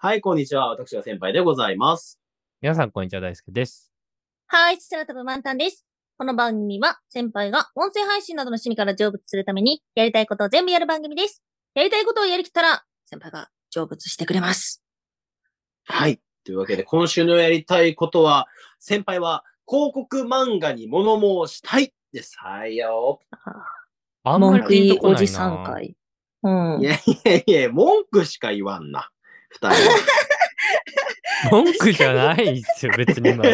はい、こんにちは。私が先輩でございます。皆さん、こんにちは。大輔です。はい、空飛ぶ満タンです。この番組は先輩が音声配信などの趣味から成仏するためにやりたいことを全部やる番組です。やりたいことをやりきったら先輩が成仏してくれます。はい。というわけで、今週のやりたいことは、先輩は広告漫画に物申したいです。はいよ。あんま文り句ピいンいとこおないじな。さん会。うんい。やいやいや、文句しか言わんな。二 人は。文句じゃないで すよ、別に今の。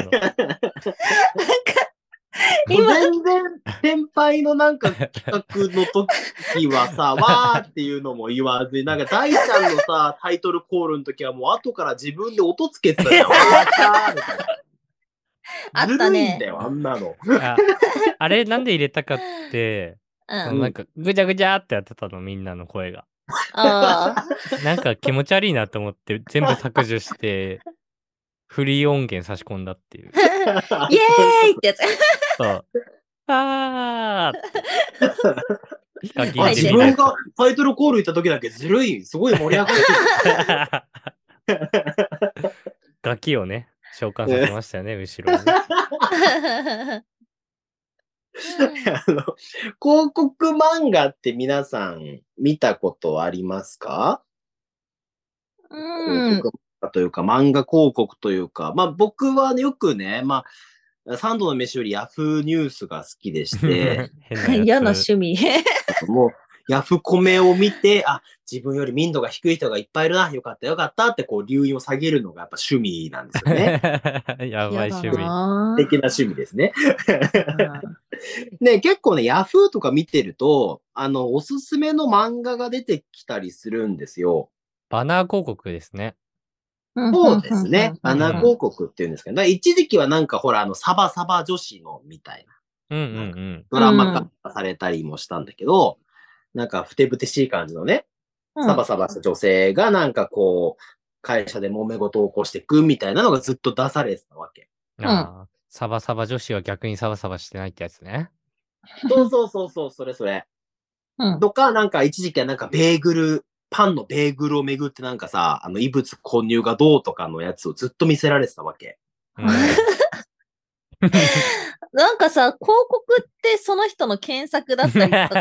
今全然、先輩のなんか企画の時は さ、わーっていうのも言わずに、なんか大ちゃんのさ、タイトルコールの時はもう後から自分で音つけてた じゃん。わーみたいなあったねずるいんだよ、あんなの。ああれ、なんで入れたかって、うそん。のなんか、ぐちゃぐちゃってやってたの、みんなの声が。ああ。なんか気持ち悪いなと思って、全部削除して、フリー音源差し込んだって いイう。エーイってや つ。そう。あーって。ヒカキンあじ自みたい分ながタイトルコール行った時だけずるい。すごい盛り上がってる。 ガキをね、召喚させましたよね、後ろにね。 あの広告漫画って皆さん見たことありますか、うん広。告漫画というか、漫画広告というか、まあ僕はよくね、まあ、サンドの飯よりヤフーニュースが好きでして、 変嫌なやつ趣味。もうヤフコメを見て、あ、自分より民度が低い人がいっぱいいるな、よかったよかったってこう、留飲を下げるのがやっぱ趣味なんですよ ね。やばい趣嫌だ味。な的な趣味ですね。あね、結構ね、ヤフーとか見てると、あの、おすすめの漫画が出てきたりするんですよ。バナー広告ですね。ーそうですね。バんナー広告っていうんですけど、だから一時期はなんかほら、あの、サバサバ女子のみたいなうんうんドラマ化されたりもしたんだけど、なんかふてぶてしい感じのね、うんサバサバした女性がなんかこう、会社で揉め事を起こしていくみたいなのがずっと出されてたわけ。うん。あーサバサバ女子は逆にサバサバしてないってやつね。そうそうそうそう、それそれ。うんとか、なんか一時期はなんかベーグル、パンのベーグルをめぐってなんかさ、あの異物混入がどうとかのやつをずっと見せられてたわけ。うんなんかさ、広告ってその人の検索だったりとか、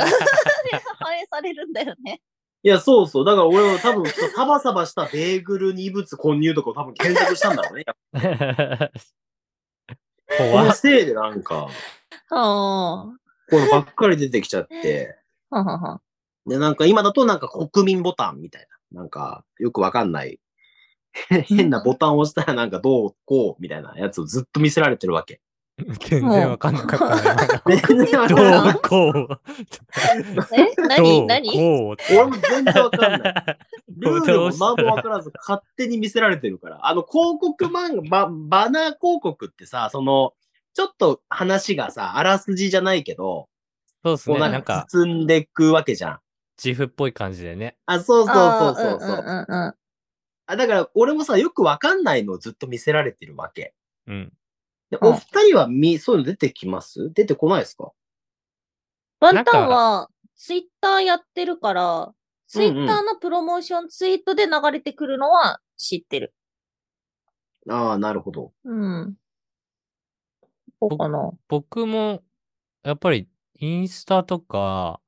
反映されるんだよね。いや、そうそう。だから俺は多分、サバサバしたベーグルに異物混入とかを多分検索したんだろうね。やっぱこ 怖のっせいでなんか、あこればっかり出てきちゃって。あ。はんはんはんで、なんか今だとなんか国民ボタンみたいな。なんか、よくわかんない。変なボタンを押したらなんかどうこうみたいなやつをずっと見せられてるわけ。全然わかんなかっ たね。全然わかん どなうい。こう。えど何う何こうって。俺も全然わかんない。ルールどもうした何らもわからず勝手に見せられてるから。あの、広告漫画、ババナー広告ってさ、その、ちょっと話がさ、あらすじじゃないけど、そうですこね。うななんんかか、包んでいくわけじゃん。自負っぽい感じでね。あ、そうそうそうあそうそう。ーうんうんうんうんあだから、俺もさ、よくわかんないのをずっと見せられてるわけ。うん。でうんお二人はみ、そういうの出てきます出てこないですかワンタンは、ツイッターやってるから、ツイッターのプロモーションツイートで流れてくるのは知ってる。ああ、なるほど。うん。こうかな。僕も、やっぱり、インスタとか、うんうん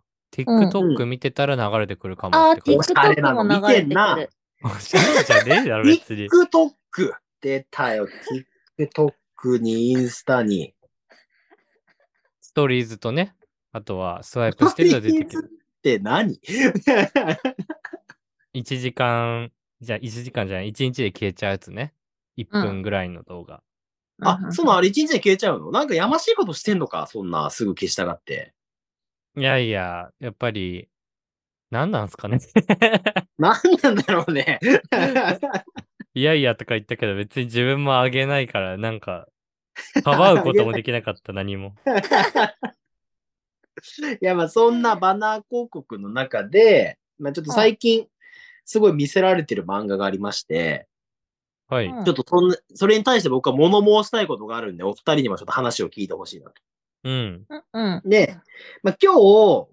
TikTok 見てたら流れてくるかもあっあ、て感じ。れ TikTok なのも流れ見てんてなくる。 おしゃれじゃねえだろ、別に。 TikTok! 出たよ。TikTok にインスタに。ストーリーズとね、あとはスワイプしてると出てくる。って何1時間、じゃあ1時間じゃない、1日で消えちゃうやつね。1分ぐらいの動画。あう、んそのあれ一日で消えちゃうのなんかやましいことしてんのかそんなすぐ消したがって。いやいや、やっぱり、何なんすかね。 なんなんだろうね。 いやいやとか言ったけど、別に自分もあげないから、なんか、かばうこともできな かった、何も。いや、まあそんなバナー広告の中で、まあちょっと最近、すごい見せられてる漫画がありまして、はい。うんちょっとそんなそれに対して僕は物申したいことがあるんで、お二人にもちょっと話を聞いてほしいなと。うん。うんうん。で、まあ、今日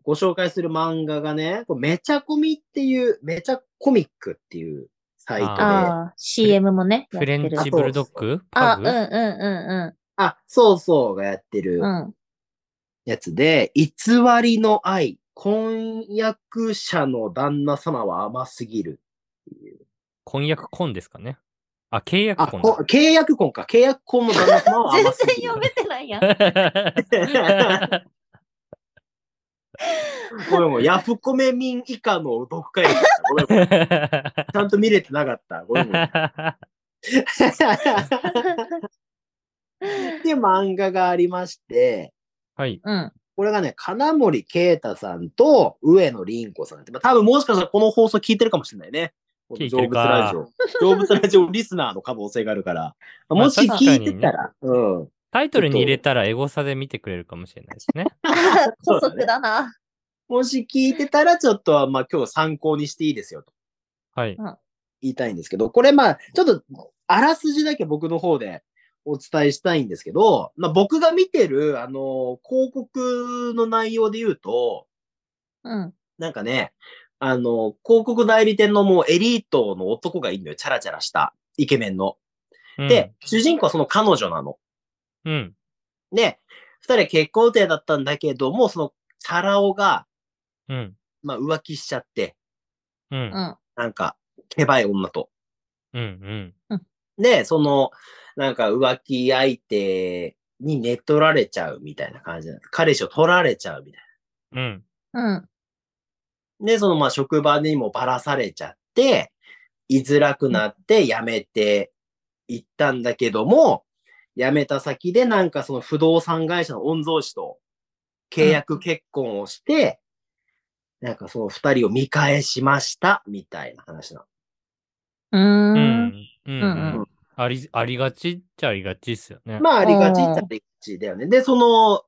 ご紹介する漫画がね、こうめちゃコミっていう、めちゃコミックっていうサイトで、あああ、CM もね、やっフてレンる。チブルドッグあ、パうんグうんうそうそうがやってるんうん。うん。やつで、偽りの愛、婚約者の旦那様は甘すぎる。婚約婚ですかね。あ、契約あ、婚こ契約婚か。契約婚の旦那様は全甘すぎ然読。めるてないやん。 だ。ごめんごめん。ヤフコメ民以下の読解力だった。ごめん ごめん。ちゃんと見れてなかった。ごめんごめん。 で、漫画がありまして、 はい。うん。これがね、金森啓太さんと上野凛子さんって、まあ、多分もしかしたらこの放送聞いてるかもしれないね。こ聞の成いてる仏かラジオ。 成仏ラジオリスナーの可能性があるから。まあもしまあ確か聞いにねてたら、 うん。タイトルに入れたらエゴサで見てくれるかもしれないですね。古速だな。もし聞いてたら、ちょっと、まあ今日参考にしていいですよとはい。言いたいんですけど、これまあ、ちょっと、あらすじだけ僕の方でお伝えしたいんですけど、まあ僕が見てる、あの、広告の内容で言うと、うん。なんかね、あの、広告代理店のもうエリートの男がいるのよ。チャラチャラした。イケメンの。うんで、、主人公はその彼女なの。うん。で、二人結婚予定だったんだけども、そのチャラ男が、うん。まあ浮気しちゃって、う。うんん。なんか、手ばい女と。うん。うん。で、その、なんか浮気相手に寝取られちゃうみたいな感じなの。彼氏を取られちゃうみたいうん。うん。な。で、そのまあ職場にもばらされちゃって、居づらくなって辞めていったんだけども、辞めた先でなんかその不動産会社の御曹司と契約結婚をして、なんかその二人を見返しました、みたいな話なの。ううーん。ん。うんん。あり、ありがちっちゃありがちっすよね。まあ、ありがちっちゃありがちだよね。で、その、う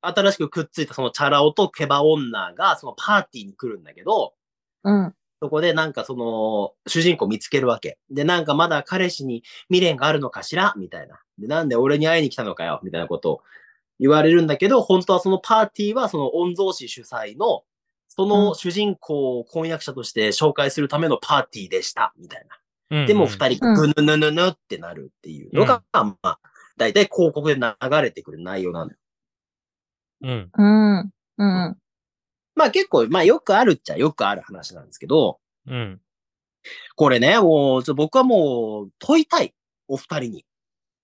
新しくくっついたそのチャラ男とケバ女が、そのパーティーに来るんだけど、うん。そこでなんかその、主人公見つけるわけ。で、なんかまだ彼氏に未練があるのかしらみたいな。で、なんで俺に会いに来たのかよみたいなことを言われるんだけど、本当はそのパーティーはその御曹司主催の、その主人公を婚約者として紹介するためのパーティーでした、みたいな。うんでも二人うがんぐぬぬぬぬってなるっていうのが、まあ、大体広告で流れてくる内容なのよ。うん。うん。うん。まあ結構、まあよくあるっちゃよくある話なんですけど、うん。これね、もうちょ僕はもう問いたい。お二人に。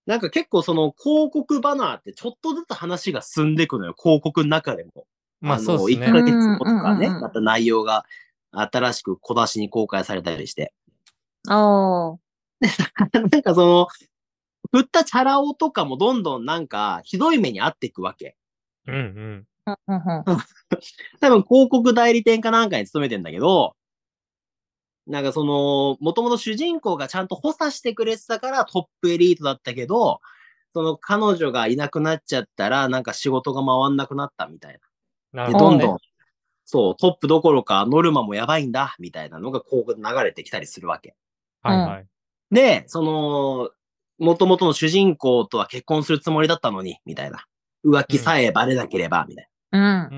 なんか結構その広告バナーってちょっとずつ話が進んでいくのよ。広告の中でも。まあ、のそうで1すねヶ。月後とかね、うんうんうんうんまた内容が新しく小出しに公開されたりして。おー。なんかその、振ったチャラ男とかもどんどんなんかひどい目に遭っていくわけ。うん。うん。うんうん多分広告代理店かなんかに勤めてんだけど、なんかその、もともと主人公がちゃんと補佐してくれてたからトップエリートだったけど、その彼女がいなくなっちゃったら、なんか仕事が回んなくなったみたいなな。るで、ほどねんどん、そう、トップどころかノルマもやばいんだ、みたいなのが広告で流れてきたりするわけ。はいはい。で、その、元々の主人公とは結婚するつもりだったのに、みたいな。浮気さえバレなければ、みたいな。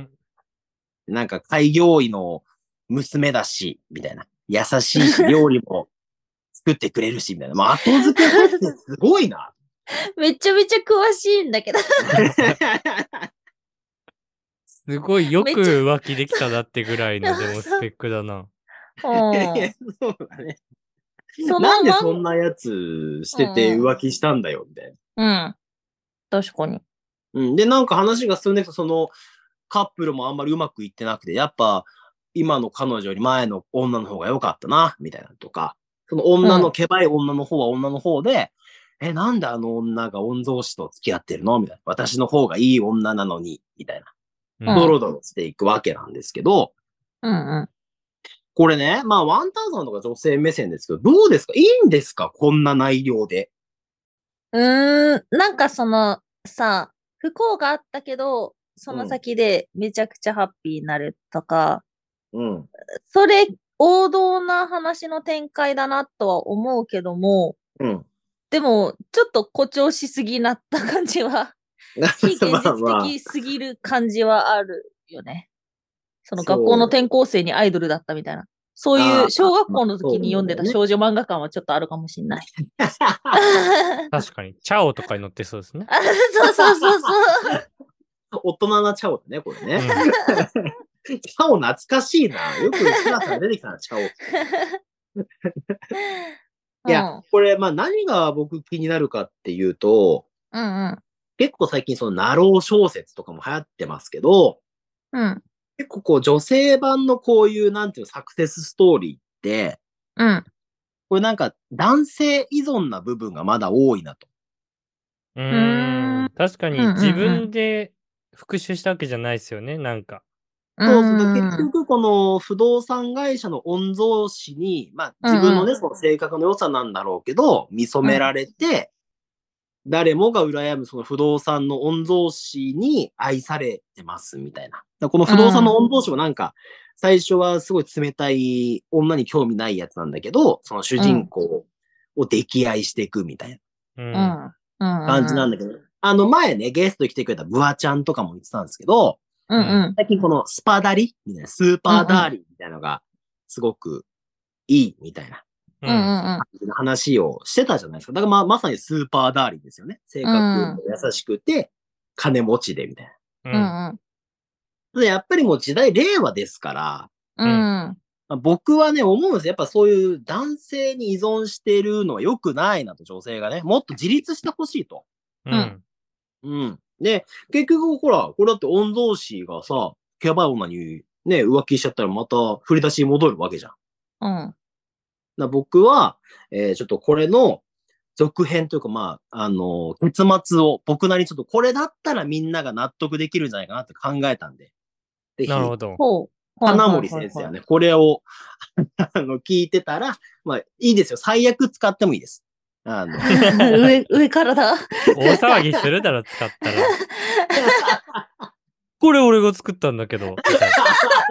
うん。なんか開業医の娘だし、みたいな。優しいし、料理も作ってくれるし、みたいな。もう後付け入ってすごいな。 めちゃめちゃ詳しいんだけど。すごいよくめっちゃ浮気できたなってぐらいの、でもスペックだな。おいやいーや そうだね。そのなんでまんそんなやつしててうん浮気したんだよ、みたいな。うん。確かに。うん、で、なんか話が進んでいくと、そのカップルもあんまりうまくいってなくて、やっぱ今の彼女より前の女の方が良かったな、みたいなのとか、その女うの、んけばい女の方は女の方で、え、なんであの女が御曹司と付き合ってるのみたいな。私の方がいい女なのに、みたいな。うんドロドロしていくわけなんですけど、うんうん。これね、まあワンタンさんとか女性目線ですけど、どうですかいいんですかこんな内容で。うーん、なんかそのさ、不幸があったけど、そうんの先でめちゃくちゃハッピーになるとか、うん。それ王道な話の展開だなとは思うけども、うん。でもちょっと誇張しすぎなった感じは非現まあま実あ的すぎる感じはあるよね。その学校の転校生にアイドルだったみたいな。そういあうー小学校の時に読んでたまあ少女漫画感はちょっとあるかもしんない。確かに。チャオとかに乗ってそうですね。あそうそうそうそう。大人なチャオだね、これうね。ん チャオ懐かしいな。よくスラさん出てきたな、チャオ。いや、これ、まあ何が僕気になるかっていうと、うん、うん結構最近そのナロー小説とかも流行ってますけど、うん。うん。結構こう女性版のこういうなんていうのサクセスストーリーって、うん。これなんか男性依存な部分がまだ多いなと。うーん。確かにうんうんうん自分で復習したわけじゃないですよね、なんか。そううするとん結局この不動産会社の御曹司に、まあ自分のうんうね、その性格の良さなんだろうけど、見初められて、誰もが羨むその不動産の御曹司に愛されてますみたいな。だからこの不動産の御曹司もなんか、最初はすごい冷たい女に興味ないやつなんだけど、その主人公を溺愛していくみたいな。うう。んん。うん。感じなんだけど、あの前ね、ゲストに来てくれたブワちゃんとかも言ってたんですけど、うんうん。最近このスパダリみたいな、スーパーダーリンみたいなのが、すごくいいみたいなううんうんん。うん。話をしてたじゃないですか。だからまあまさにスーパーダーリンですよね。性格も優しくて、金持ちでみたいな。うん。ううんんでやっぱりもう時代令和ですから、うん。うん。まあ僕はね、思うんですよ。やっぱそういう男性に依存してるのは良くないなと、女性がね。もっと自立してほしいと。うん。うん。で、結局、ほら、これだって御曹司がさ、やばい女にね、浮気しちゃったらまた振り出しに戻るわけじゃん。うん。な僕は、えーちょっとこれの続編というか、まあ、あの結末を僕なりにちょっとこれだったらみんなが納得できるんじゃないかなって考えたんで。ぜひ、なるほど。ほう。花森先生はね、これを、あの、聞いてたら、まあ、いいですよ。最悪使ってもいいです。あ の、はいはいはい。上、上からだ。大騒ぎするだろ、使っ たら。これ俺が作ったんだけど。みたい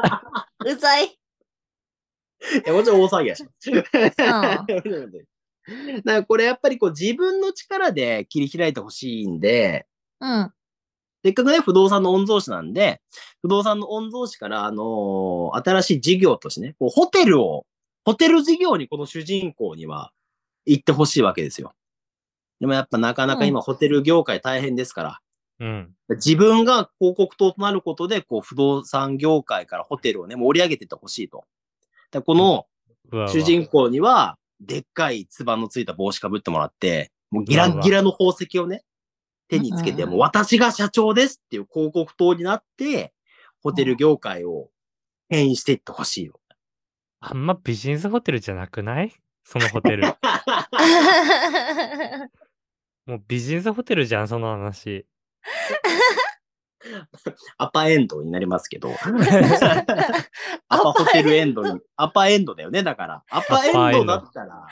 なうざい。いや、もちろん大騒ぎはし ます。んだからこれやっぱりこう自分の力で切り開いてほしいんで、うん。せっかくね、不動産の御曹司なんで、不動産の御曹司から、あのー新しい事業としてね、こうホテルを、ホテル事業にこの主人公には行ってほしいわけですよ。でもやっぱなかなか今ホテル業界大変ですから、うん。自分が広告塔となることで、こう不動産業界からホテルをね、盛り上げていってほしいと。だからこの、うわうわ主人公には、でっかいつばのついた帽子かぶってもらって、もうギラッギラの宝石をね、手につけて、うんうんもう私が社長ですっていう広告塔になって、ホテル業界を変異していってほしいよ。あんまビジネスホテルじゃなくないそのホテ ル。もうビジネスホテルじゃん、その話。アパエンドになりますけど。 アパホテルエンドに、アパエンドだよね、だから。アパエンドだったら、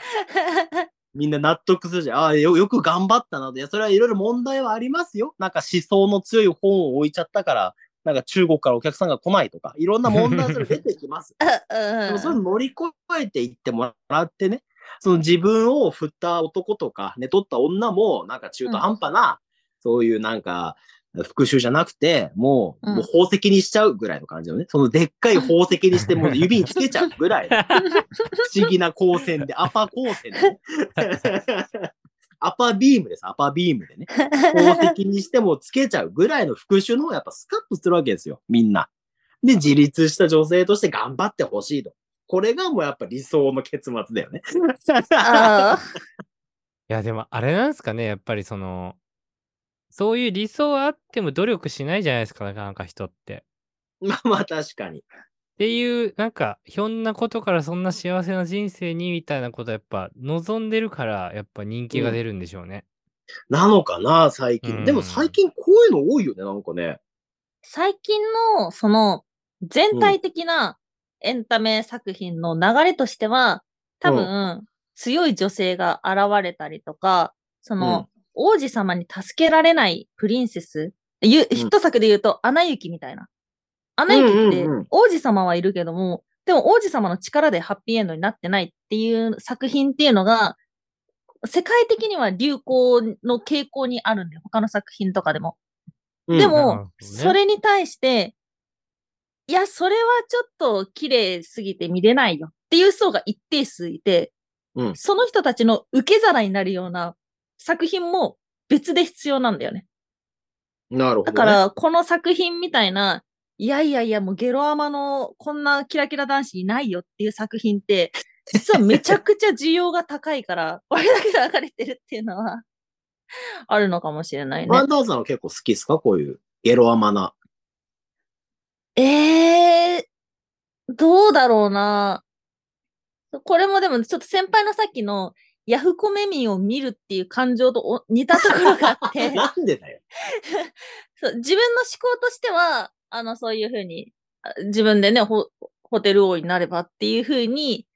みんな納得するじゃん。ああ、よよく頑張ったなと。いや、それはいろいろ問題はありますよ。なんか思想の強い本を置いちゃったから、なんか中国からお客さんが来ないとか、いろんな問題はそれ出てきます。でもそれ乗り越えていってもらってね、その自分を振った男とか、ね、取った女も、なんか中途半端な、そういうなんか、復讐じゃなくて、もう、うんもう宝石にしちゃうぐらいの感じのね、そのでっかい宝石にして、も う指につけちゃうぐらいの、不思議な光線で、アパ光線でね、 アパビームです、アパビームでね、宝石にしてもつけちゃうぐらいの復讐の方がやっぱスカッとするわけですよ、みんな。で、自立した女性として頑張ってほしいと。これがもうやっぱ理想の結末だよね。あいや、でもあれなんですかね、やっぱりその、そういう理想はあっても努力しないじゃないですか、なかなか人って。 まあまあ確かに。っていう、なんか、ひょんなことからそんな幸せな人生にみたいなことやっぱ望んでるから、やっぱ人気が出るんでしょうね。なのかな、最う近。んでも最近こういうの多いよね、なんかね。最近の、その、全体的なエンタメ作品の流れとしては、多分、強い女性が現れたりとか、その、王子様に助けられないプリンセス、ゆヒット作で言うと、アナ雪みたいな。アナ雪ってうんうんうん、王子様はいるけども、でも王子様の力でハッピーエンドになってないっていう作品っていうのが、世界的には流行の傾向にあるんで、他の作品とかでも。うんでなるほどもね、それに対して、いや、それはちょっと綺麗すぎて見れないよっていう層が一定数いて、うんその人たちの受け皿になるような作品も別で必要なんだよね。なるほど、ね。だか、ら、この作品みたいな、いやいやいや、もうゲロアマのこんなキラキラ男子いないよっていう作品って、実はめちゃくちゃ需要が高いから、 これだけ流れてるっていうのは、あるのかもしれないね。ワンダーさんは結構好きですかこういうゲロアマな。ええどうだろうな。これもでも、ちょっと先輩のさっきのヤフコメ民を見るっていう感情とお似たところがあって なんでだよ。そう、自分の思考としては、あの、そういうふうに、あ自分でね、ホホテル王になればっていうふうに、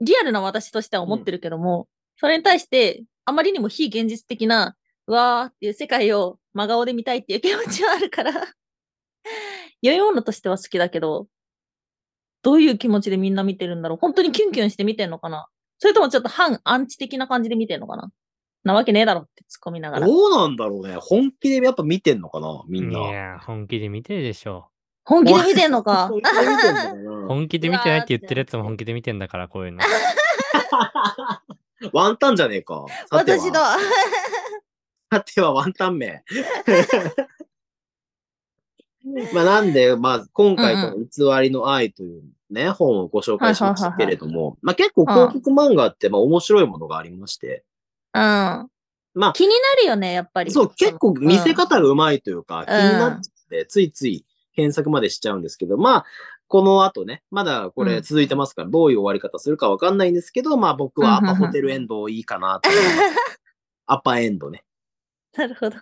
リアルな私としては思ってるけども、それに対して、あまりにも非現実的な、うわーっていう世界を真顔で見たいっていう気持ちはあるから、 良いものとしては好きだけど、どういう気持ちでみんな見てるんだろう本当にキュンキュンして見てんのかなそれともちょっと反アンチ的な感じで見てんのかななわけねえだろって突っ込みながら。どうなんだろうね。本気でやっぱ見てんのかなみんいな。や、本気で見てるでしょ。本気で見てんの か本気で見てんのか本気で見てないって言ってるやつも本気で見てんだから、こういうの。なワンタンじゃねえか。さては私。だ。さてはワンタン名。 まあなんで、まあ今回この偽りの愛というね、本をご紹介しましたけれども、まあ結構広告漫画ってまあ面白いものがありまして、うん。まあ気になるよね、やっぱり。そう、結構見せ方がうまいというか、気になっうんちゃって、ついつい検索までしちゃうんですけど、まあ、この後ね、まだこうんれ続いてますから、どういう終わり方するかわかんないんですけど、まあ僕はアうんうパんうんホテルエンドいいかなと思い ます。アパエンドね。なるほど。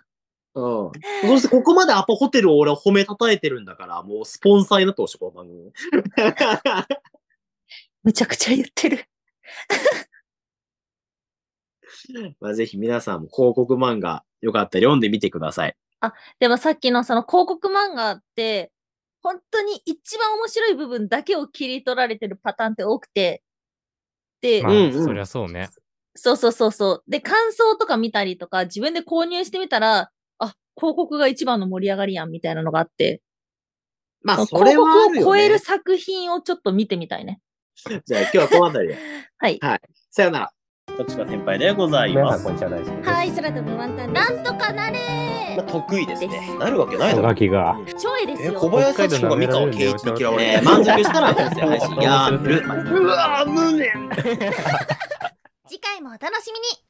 うん。そしてここまでアパホテルを俺は褒めたたえてるんだから、もうスポンサーになってほしい、この番組。めちゃくちゃ言ってる。まあぜひ皆さんも広告漫画、よかったら読んでみてください。でもさっきのその広告漫画って、本当に一番面白い部分だけを切り取られてるパターンって多くて。で、まあ、うんうんそりゃそうね。そうそうそうそう。で、感想とか見たりとか、自分で購入してみたら、あ、広告が一番の盛り上がりやんみたいなのがあって、まあ、広それ告はあをるよ、ね。超える作品をちょっと見てみたいね。じゃあ今日はこの辺りで。はい。さよなら。徳島先輩でございます。んにちは大好きい、空飛ぶワンタンなんとかなれまあ、得意ですでねす。なるわけないだろ。きがちょいですえ、よ。小林幸子が三河圭一に嫌われねてえる。満足したら音声配信やめる。うわぁ、無念次回もお楽しみに